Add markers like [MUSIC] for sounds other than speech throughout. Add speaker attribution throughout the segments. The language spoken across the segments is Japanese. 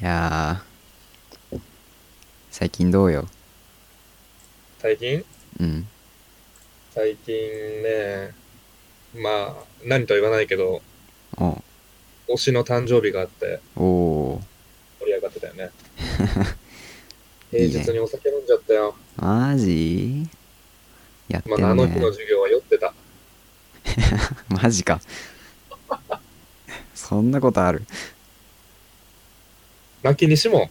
Speaker 1: いやー最近どうよ
Speaker 2: 最近
Speaker 1: うん
Speaker 2: 最近ね、まあ、何とは言わないけど、
Speaker 1: おう
Speaker 2: 推しの誕生日があって、
Speaker 1: お
Speaker 2: 盛り上がってたよね。
Speaker 1: [LAUGHS] いいね
Speaker 2: 平日にお酒飲んじゃったよ。
Speaker 1: ーマジやって
Speaker 2: ま
Speaker 1: ん
Speaker 2: あ、
Speaker 1: ね、
Speaker 2: あの日の授業は酔ってた。
Speaker 1: [LAUGHS] マジかそんなことある [LAUGHS]
Speaker 2: 泣きにしも、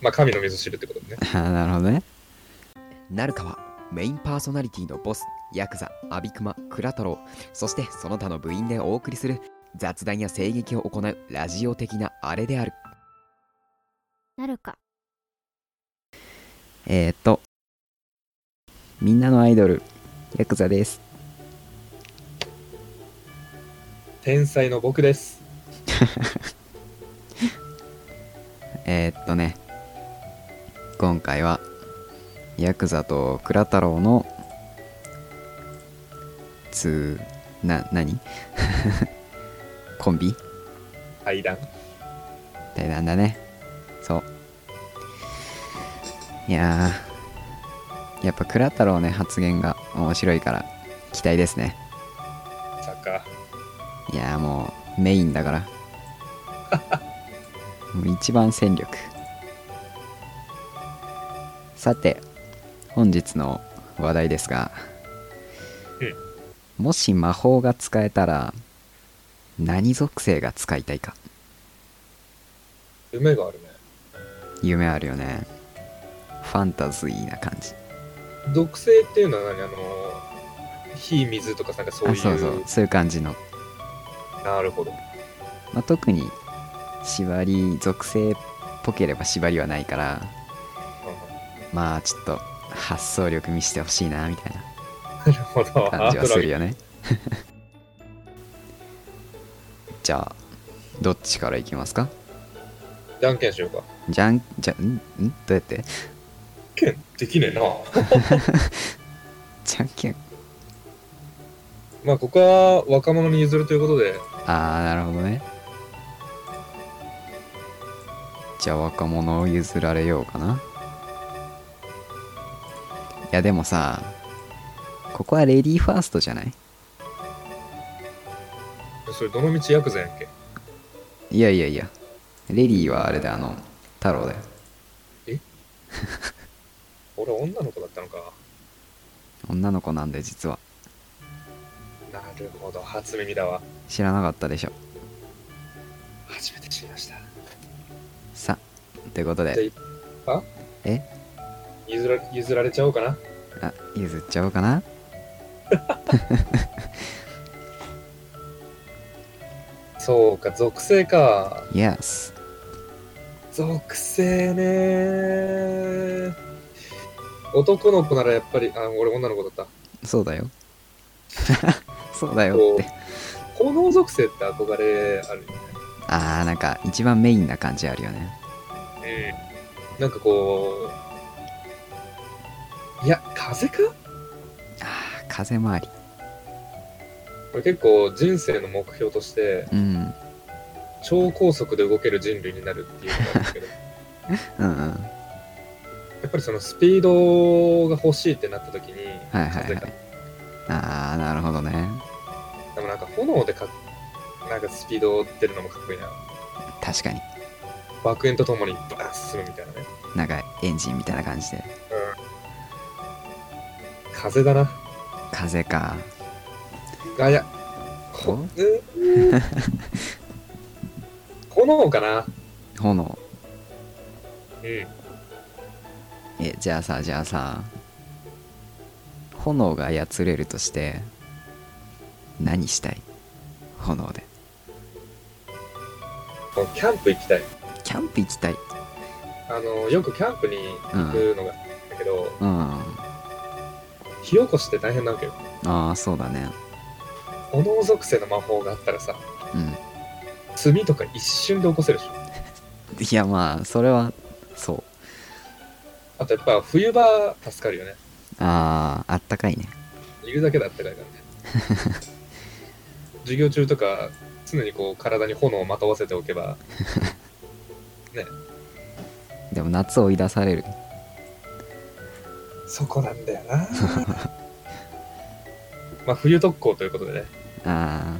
Speaker 2: まあ、神の水知るってことでね。
Speaker 1: あーなるほどね
Speaker 3: なるかはメインパーソナリティのボスヤクザアビクマクラ太郎そしてその他の部員でお送りする雑談や声劇を行うラジオ的なあれである
Speaker 4: なるか
Speaker 1: えー、っとみんなのアイドルヤクザです
Speaker 2: 天才の僕です。
Speaker 1: えー、っとね今回はヤクザと倉太郎のつーな何 [LAUGHS] コンビ
Speaker 2: 対談。
Speaker 1: 対談だねそういやーやっぱ倉太郎ね発言が面白いから期待ですね
Speaker 2: サッカ
Speaker 1: いやーもうメインだから [LAUGHS] もう一番戦力さて本日の話題ですが、もし魔法が使えたら何属性が使いたいか
Speaker 2: ー。夢があるね。
Speaker 1: 夢あるよねファンタジーな感じ
Speaker 2: 属性っていうのは何あの、火、水とかなんかそうい
Speaker 1: あ
Speaker 2: う。
Speaker 1: そうそうそういう感じの、
Speaker 2: なるほど。
Speaker 1: まあ、特に縛り属性っぽければ縛りはないからまあちょっと発想力見せてほしいなみたいな
Speaker 2: なるほど。
Speaker 1: 感じはするよね [LAUGHS] じゃあどっちからいきますか
Speaker 2: じゃんけんしようか。
Speaker 1: じゃんじゃんんどうやって
Speaker 2: けんできねえな。
Speaker 1: じゃんけん
Speaker 2: まあ、ここは若者に譲るということで、
Speaker 1: ああなるほどねじゃあ若者を譲られようかないやでもさここはレディーファーストじゃない
Speaker 2: それどの道ヤクザやんけ。
Speaker 1: いやいやいやレディーはあれだあの太郎だよ
Speaker 2: 俺女の子だったのか。
Speaker 1: 女の子なんで実は
Speaker 2: なるほど、初耳だわ。
Speaker 1: 知らなかったでしょ
Speaker 2: 初めて知りました。
Speaker 1: さということ
Speaker 2: じゃ
Speaker 1: で
Speaker 2: 譲ら譲られちゃおうかな。
Speaker 1: あ譲っちゃおうかな
Speaker 2: そうか、属性か。
Speaker 1: Yes
Speaker 2: 属性ね男の子ならやっぱり、あ、俺女の子だった。
Speaker 1: そうだよ [LAUGHS] そうだよっ
Speaker 2: こ
Speaker 1: て
Speaker 2: う、炎属性って憧れあるよ
Speaker 1: ああなんか一番メインな感じあるよね
Speaker 2: ね。うん。なんかこう、いや、風か
Speaker 1: ああ風回り
Speaker 2: 俺結構人生の目標として、
Speaker 1: うん
Speaker 2: 超高速で動ける人類になるっていうのがあるんですけど、 [LAUGHS]
Speaker 1: うんうん
Speaker 2: やっぱりそのスピードが欲しいってなった時に、
Speaker 1: はいはいはい
Speaker 2: 風が
Speaker 1: ああなるほどね
Speaker 2: でもなんか炎でかなんかスピード出るのもかっこいいな。
Speaker 1: 確かに
Speaker 2: 爆炎とともにバーン進むみたいなね。
Speaker 1: なんかエンジンみたいな感じで
Speaker 2: 風だな。
Speaker 1: 風か
Speaker 2: あ、いや、
Speaker 1: お
Speaker 2: こ、うん [LAUGHS] 炎かな。
Speaker 1: 炎
Speaker 2: うん。
Speaker 1: えじゃあさじゃあさ炎が操れるとして何したい炎で
Speaker 2: もうキャンプ行きたい。
Speaker 1: キャンプ行きたい
Speaker 2: あの、よくキャンプに行くのが、だけど、
Speaker 1: うんあ
Speaker 2: 火起こしって大変なわけよ。
Speaker 1: あそうだね
Speaker 2: 炎属性の魔法があったらさ、
Speaker 1: うん
Speaker 2: 炭とか一瞬で起こせるでしょ。
Speaker 1: いやまあそれはそう
Speaker 2: あとやっぱ冬場助かるよね。
Speaker 1: あああったかいね
Speaker 2: いるだけだったかいからね。
Speaker 1: [LAUGHS]
Speaker 2: 授業中とか常にこう体に炎をまとわせておけば
Speaker 1: でも夏追い出される
Speaker 2: そこなんだよ
Speaker 1: [LAUGHS]
Speaker 2: なまあ冬特攻ということでね
Speaker 1: あ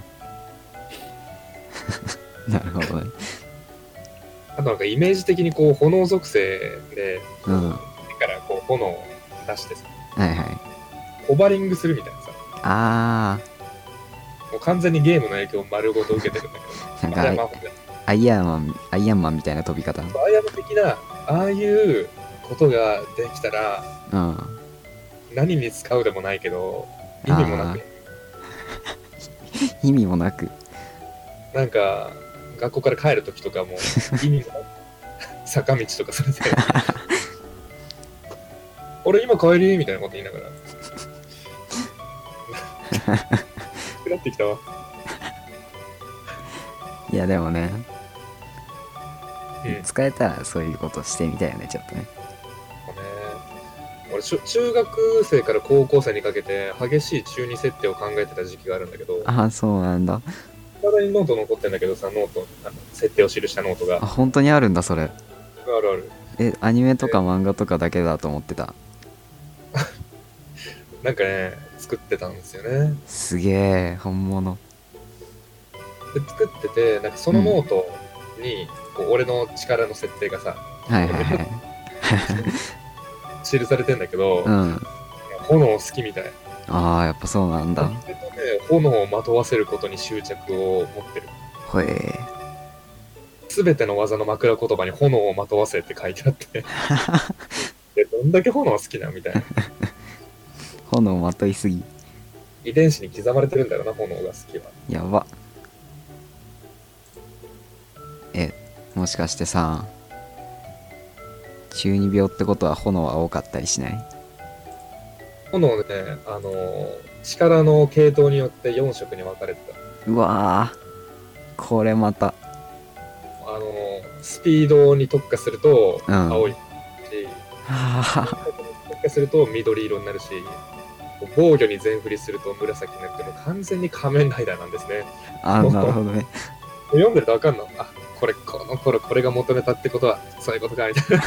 Speaker 1: あ [LAUGHS] なるほどね
Speaker 2: あとなんかイメージ的にこう炎属性で
Speaker 1: うんは
Speaker 2: 手からこう炎を出してさ
Speaker 1: いはい
Speaker 2: ホバリングするみたいなさ
Speaker 1: あ
Speaker 2: もう完全にゲームの影響を丸ごと受けてるんだ
Speaker 1: あ
Speaker 2: け
Speaker 1: なんかアイ
Speaker 2: どあれは魔法だよ
Speaker 1: アイアンマンアイアンマンみたいな飛び方
Speaker 2: アイアム的なああいうことができたら
Speaker 1: うん
Speaker 2: 何に使うでもないけど意味もなく
Speaker 1: 意味もなく
Speaker 2: なんか学校から帰るときとかも意味もなく坂道とかそれで俺今帰りみたいなこと言いながらなってきたわ
Speaker 1: いやでもね、
Speaker 2: うん
Speaker 1: 使えたらそういうことしてみたいよねちょっとね
Speaker 2: もうね俺しゅ中学生から高校生にかけて激しい中二設定を考えてた時期があるんだけど
Speaker 1: ああそうなんだ
Speaker 2: いまだにノート残ってんだけどさノートあの設定を記したノートが
Speaker 1: あ本当にあるんだそれ
Speaker 2: あるある
Speaker 1: えアニメとか漫画とかだけだと思ってた
Speaker 2: なんかね作ってたんですよね
Speaker 1: すげえ本物
Speaker 2: で作っててなんかそのノートに、こう俺の力の設定がさ
Speaker 1: はいはいはい
Speaker 2: 記されてんだけど、
Speaker 1: うん
Speaker 2: 炎好きみたい
Speaker 1: ああやっぱそうなんだ
Speaker 2: それとね炎をまとわせることに執着を持ってる
Speaker 1: ほえ
Speaker 2: 全ての技の枕言葉に炎をまとわせって書いてあって
Speaker 1: [LAUGHS]
Speaker 2: でどんだけ炎好きなみたいな
Speaker 1: 炎まといすぎ
Speaker 2: 遺伝子に刻まれてるんだろうな炎が好きは
Speaker 1: やばえもしかしてさ中二病ってことは炎は多かったりしない
Speaker 2: 炎ねあのー力の系統によって4色に分かれてた
Speaker 1: うわーこれまた
Speaker 2: あのースピードに特化すると
Speaker 1: うん [LAUGHS]
Speaker 2: 青いし、
Speaker 1: は
Speaker 2: 特化すると緑色になるし防御に全振りすると紫になってもう完全に仮面ライダーなんですね
Speaker 1: ああなるほどね
Speaker 2: 読んでると分かんのあこれこの頃これが求めたってことはそういうことかみたいな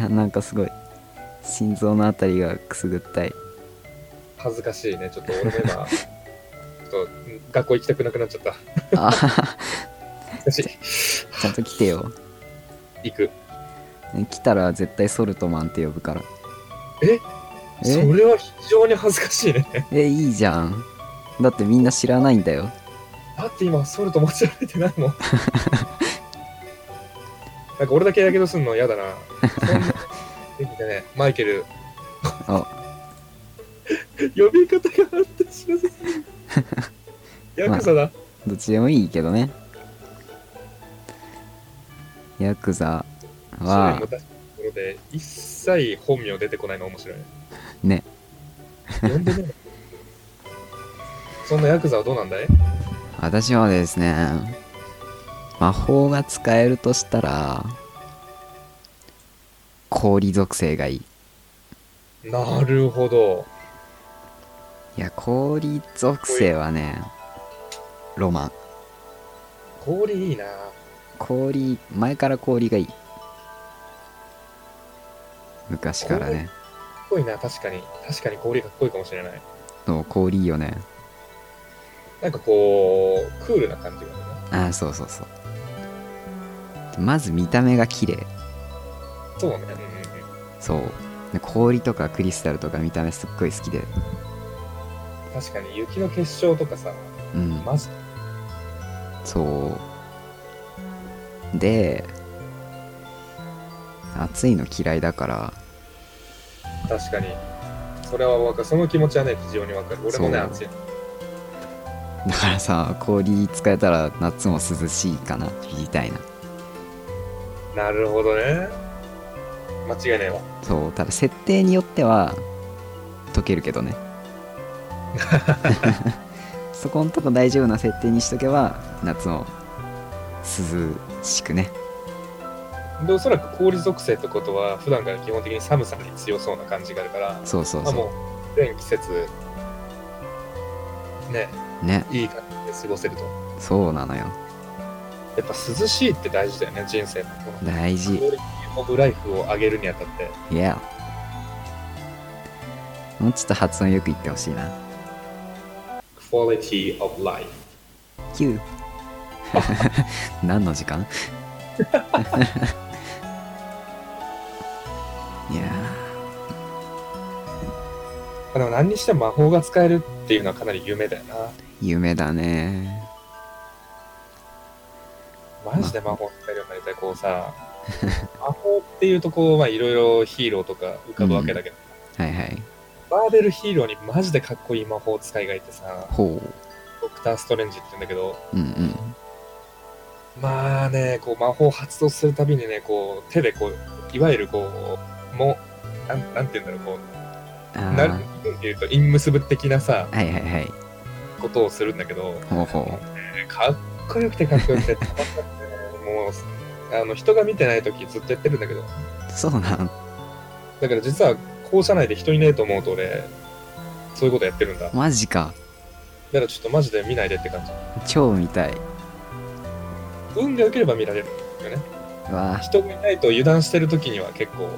Speaker 1: いやなんかすごい心臓のあたりがくすぐったい
Speaker 2: 恥ずかしいねちょっと俺も今ちょっと学校行きたくなくなっちゃった
Speaker 1: あー
Speaker 2: 恥ずかし
Speaker 1: ちゃんと来てよ
Speaker 2: い行く
Speaker 1: ね来たら絶対ソルトマンって呼ぶから
Speaker 2: えそ
Speaker 1: え
Speaker 2: れは非常に恥ずかしいね
Speaker 1: えいいじゃんだってみんな知らないんだよ
Speaker 2: だって今ソルト持ち歩いてないもんなんか俺だけやけどすんの嫌だなそんなできてねマイケル
Speaker 1: あ
Speaker 2: 呼び方があってしませんヤクザだ、
Speaker 1: どっちでもいいけどねヤクザ
Speaker 2: それ
Speaker 1: は
Speaker 2: も出したところで一切本名出てこないの面白い
Speaker 1: ね
Speaker 2: 呼んでねえそんなヤクザはどうなんだい
Speaker 1: 私はですね魔法が使えるとしたら氷属性がいい
Speaker 2: なるほど
Speaker 1: いや氷属性はねロマン
Speaker 2: 氷いいな
Speaker 1: 氷前から氷がいい昔からね
Speaker 2: かっこいいな確かに確かに氷かっこいいかもしれない
Speaker 1: そう氷いいよね
Speaker 2: なんかこうクールな感じがね
Speaker 1: ああそうそうそうまず見た目が綺麗
Speaker 2: そうね、うんうんうん、
Speaker 1: そうで氷とかクリスタルとか見た目すっごい好きで
Speaker 2: 確かに雪の結晶とかさ
Speaker 1: うん
Speaker 2: マジ
Speaker 1: そうで暑いの嫌いだから
Speaker 2: 確かにそれはわかるその気持ちはね非常にわかる俺もね
Speaker 1: そう
Speaker 2: 暑い
Speaker 1: だからさ氷使えたら夏も涼しいかなみたいな
Speaker 2: なるほどね間違いないわ
Speaker 1: そうただ設定によっては解けるけど
Speaker 2: [LAUGHS]
Speaker 1: ねそこんとこ大丈夫な設定にしとけば夏も涼しくね
Speaker 2: でおそらく氷属性ってことは普段から基本的に寒さに強そうな感じがあるから
Speaker 1: そうそう
Speaker 2: まあ
Speaker 1: そ
Speaker 2: もう全季節ね
Speaker 1: うね
Speaker 2: いい感じで過ごせると
Speaker 1: そうなのよ
Speaker 2: いやっぱ涼しいって大事だよね、人生のこの。
Speaker 1: 大事
Speaker 2: ホブライフを上げるにあたって。
Speaker 1: Yeah もうちょっと発音よく言ってほしいな
Speaker 2: Quality of life。
Speaker 1: Q [LAUGHS] 何の時
Speaker 2: [LAUGHS]
Speaker 1: 間いや
Speaker 2: あでも何にしても魔法が使えるっていうのはかなり夢だよな。
Speaker 1: ー夢だね
Speaker 2: マジで魔法使えるようになりたい、こう [LAUGHS] さ。魔法っていうとこう、まあいろいろヒーローとか浮かぶわけだけど、
Speaker 1: はいはい
Speaker 2: バーベルヒーローにマジでかっこいい魔法使いがいてさ、
Speaker 1: ほ
Speaker 2: ドクター・ストレンジって言うんだけど、
Speaker 1: ううんうん
Speaker 2: まあね、こう魔法を発動するたびにね、こう手でこう、いわゆるこう、もなんなんて言うんだろう、こ
Speaker 1: あ
Speaker 2: う、なる
Speaker 1: ー
Speaker 2: っていうと、陰結ぶ的なさ、
Speaker 1: はいはいはい
Speaker 2: ことをするんだけど、
Speaker 1: ほうほ
Speaker 2: かっこよくてかっこよくて、たまんなくてねもう、あの人が見てないときずっとやってるんだけど、
Speaker 1: うそうなん
Speaker 2: だから実は校舎内で人いねえと思うと俺、そういうことやってるんだ。だか
Speaker 1: マジから
Speaker 2: ちょっとマジで見ないでって感じ。
Speaker 1: 超見たい
Speaker 2: 運が良ければ見られるんだよね。
Speaker 1: わ
Speaker 2: 人がいないと油断してるときには結構、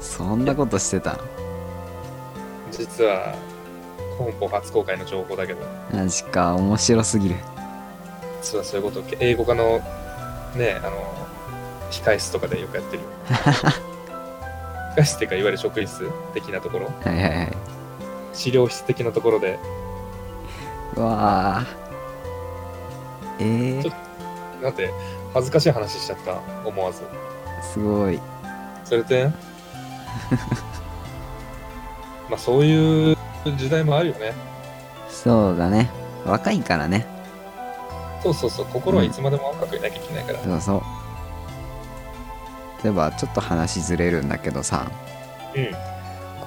Speaker 1: そんなことしてた
Speaker 2: 実は、本邦初公開の情報だけど、
Speaker 1: マジか面白すぎる
Speaker 2: 実はそういうこと、英語科の、ね、あの、控室とかでよくやってるよ。控室っていうか、いわゆる職員室的なところ、
Speaker 1: はいはいはい
Speaker 2: 資料室的なところで、
Speaker 1: わあえ
Speaker 2: ちょ
Speaker 1: ー、
Speaker 2: なんて恥ずかしい話しちゃった思わず
Speaker 1: すごい
Speaker 2: そ
Speaker 1: [LAUGHS]
Speaker 2: れでまあそういう時代もあるよね
Speaker 1: そうだね若いからね
Speaker 2: そうそうそう心はいつまでも若くいなきゃいけないから、
Speaker 1: そうそう例えばちょっと話ずれるんだけどさ
Speaker 2: うん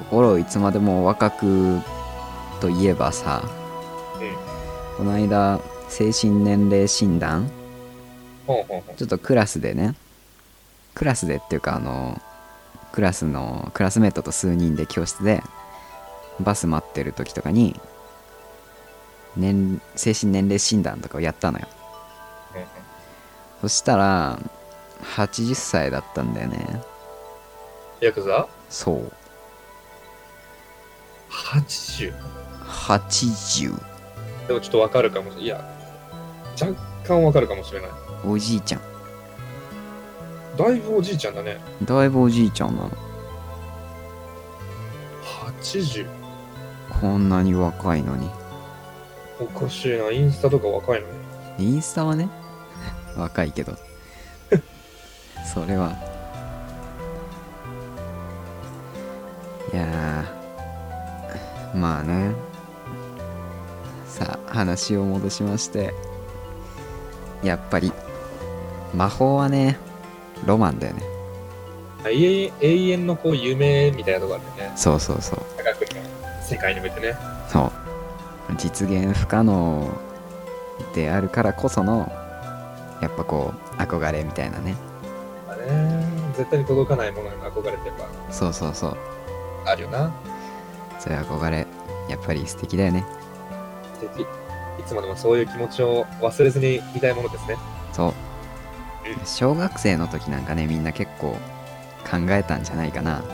Speaker 1: 心をいつまでも若くといえばさ、この間精神年齢診断
Speaker 2: ほんほんほん
Speaker 1: ちょっとクラスでねクラスでっていうかあのクラスのクラスメートと数人で教室でバス待ってる時とかに年精神年齢診断とかをやったのよそしたら80歳だったんだよね
Speaker 2: ヤクザ
Speaker 1: そう
Speaker 2: 80
Speaker 1: 80
Speaker 2: でもちょっとわかるかもしれないいや若干わかるかもしれない
Speaker 1: おじいちゃん
Speaker 2: だいぶおじいちゃんだね
Speaker 1: だいぶおじいちゃんなの
Speaker 2: 80
Speaker 1: こんなに若いのに
Speaker 2: おかしいなインスタとか若いのに
Speaker 1: インスタはね [LAUGHS] 若いけど [LAUGHS] それはいやーまあねさあ話を戻しましてやっぱり魔法はねロマンだよね
Speaker 2: あ永遠永遠のこう夢みたいなとこあるよね
Speaker 1: そうそうそう
Speaker 2: 高くに世界に向いてね
Speaker 1: そう実現不可能であるからこそのやっぱこう憧れみたいなね
Speaker 2: まあね絶対に届かないものに憧れてやっ
Speaker 1: そうそうそう
Speaker 2: ぱあるよな
Speaker 1: そういう憧れやっぱり素敵だよね
Speaker 2: 素敵いつまでもそういう気持ちを忘れずにいたいものですね
Speaker 1: そう
Speaker 2: うん
Speaker 1: 小学生の時なんかねみんな結構考えたんじゃないかな
Speaker 2: もう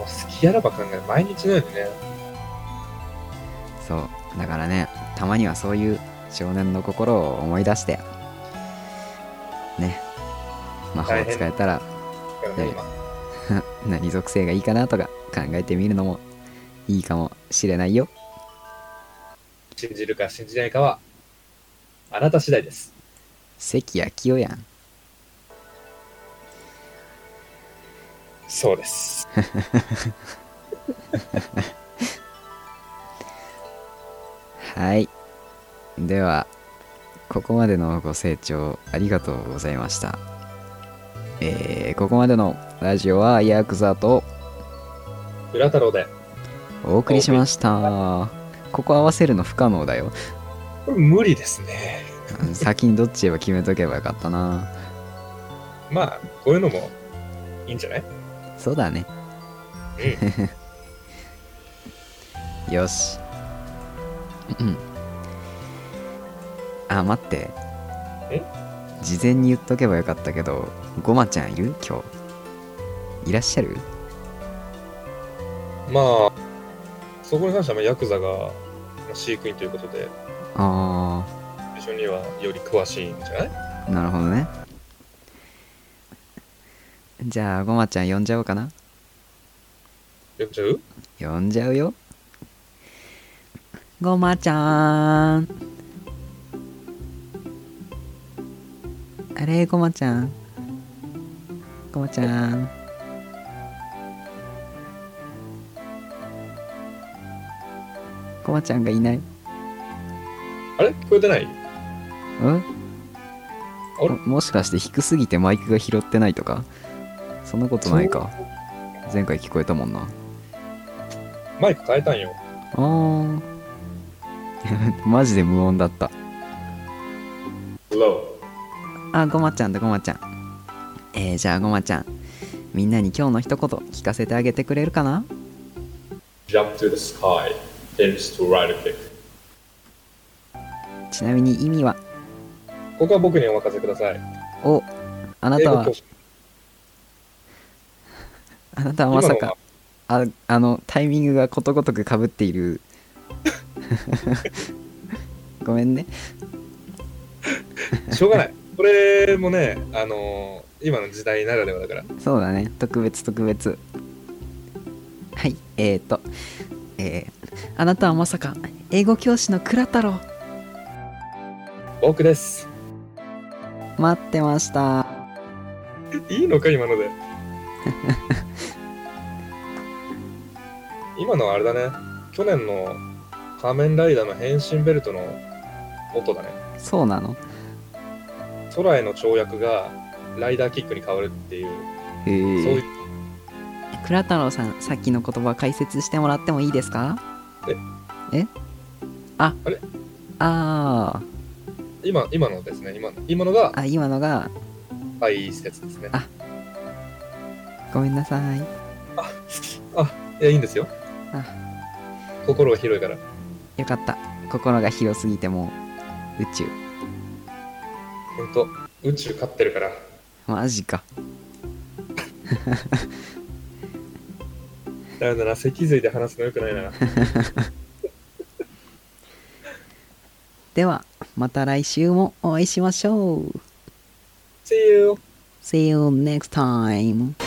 Speaker 2: 好きやらば考える毎日のようにね
Speaker 1: そうだからねたまにはそういう少年の心を思い出してね魔法を使えたら [LAUGHS]
Speaker 2: だからね今
Speaker 1: 何属性がいいかなとか考えてみるのもいいかもしれないよ
Speaker 2: 信じるか信じないかはあなた次第です
Speaker 1: 関谷清やん
Speaker 2: そうです
Speaker 1: はい。では、ここまでのご清聴ありがとうございました。えー、ここまでのラジオはヤクザと
Speaker 2: 浦太郎で
Speaker 1: お送りしました。ここ合わせるの不可能だよ。
Speaker 2: これ無理ですね
Speaker 1: 先にどっちへは決めとけばよかったな。
Speaker 2: まあこういうのもいいんじゃない
Speaker 1: そうだね。よし。うんあ待って
Speaker 2: え
Speaker 1: 事前に言っとけばよかったけどごまちゃんいる今日いらっしゃる
Speaker 2: まあ、そこに関してはまあヤクザがまあ飼育員ということで、
Speaker 1: あ
Speaker 2: 一緒にはより詳しいんじゃない
Speaker 1: あなるほどねじゃあごまちゃん呼んじゃおうかな
Speaker 2: 呼んじゃう
Speaker 1: 呼んじゃうよごまちゃんあれごまちゃんごまちゃんごまちゃんがいない
Speaker 2: あれ聞こえてない
Speaker 1: うん
Speaker 2: れ
Speaker 1: ももしかして低すぎてマイクが拾ってないとかそんなことないか前回聞こえたもんな
Speaker 2: マイク変えたんよ。
Speaker 1: あー [LAUGHS] マジで無音だった
Speaker 2: ロ
Speaker 1: あごまちゃんだごまちゃんえー、じゃあごまちゃんみんなに今日の一言聞かせてあげてくれるかな
Speaker 2: ー、jump to the sky, hinge to right kick。
Speaker 1: ちなみに意味は
Speaker 2: ここは僕にお任せください。
Speaker 1: おあな
Speaker 2: 英
Speaker 1: た
Speaker 2: 語
Speaker 1: は
Speaker 2: 教師
Speaker 1: あなたはまさ
Speaker 2: 今の
Speaker 1: かああのタイミングがことごとくかぶってい
Speaker 2: [LAUGHS]
Speaker 1: るごめんね
Speaker 2: しょうがない。これもね、あのー今の時代ならではだから。
Speaker 1: そうだね特別特別はいえーとえー、あなたはまさか英語教師の倉太郎
Speaker 2: 僕です。
Speaker 1: 待ってました
Speaker 2: いいのか、
Speaker 1: [LAUGHS]
Speaker 2: 今ので。今のはあれだね。去年の仮面ライダーの変身ベルトの音だね。
Speaker 1: そうなの
Speaker 2: 空への跳躍がライダーキックに変わるっていう、
Speaker 1: へ
Speaker 2: そう
Speaker 1: え
Speaker 2: いう、
Speaker 1: 倉太郎さんさっきの言葉解説してもらってもいいですかええあ
Speaker 2: あれ
Speaker 1: あ
Speaker 2: 今、今のですね、今の今のが
Speaker 1: ーあ今のが
Speaker 2: 解説ですね。
Speaker 1: あごめんなさい
Speaker 2: いや、いいんですよ
Speaker 1: あ。
Speaker 2: 心が広いから。
Speaker 1: よかった心が広すぎてもう宇宙
Speaker 2: ほんと、宇宙勝ってるから。
Speaker 1: マジか
Speaker 2: だよなら、脊髄で話すのよくないな。
Speaker 1: ではまた来週もお会いしましょう
Speaker 2: See you!
Speaker 1: See you next time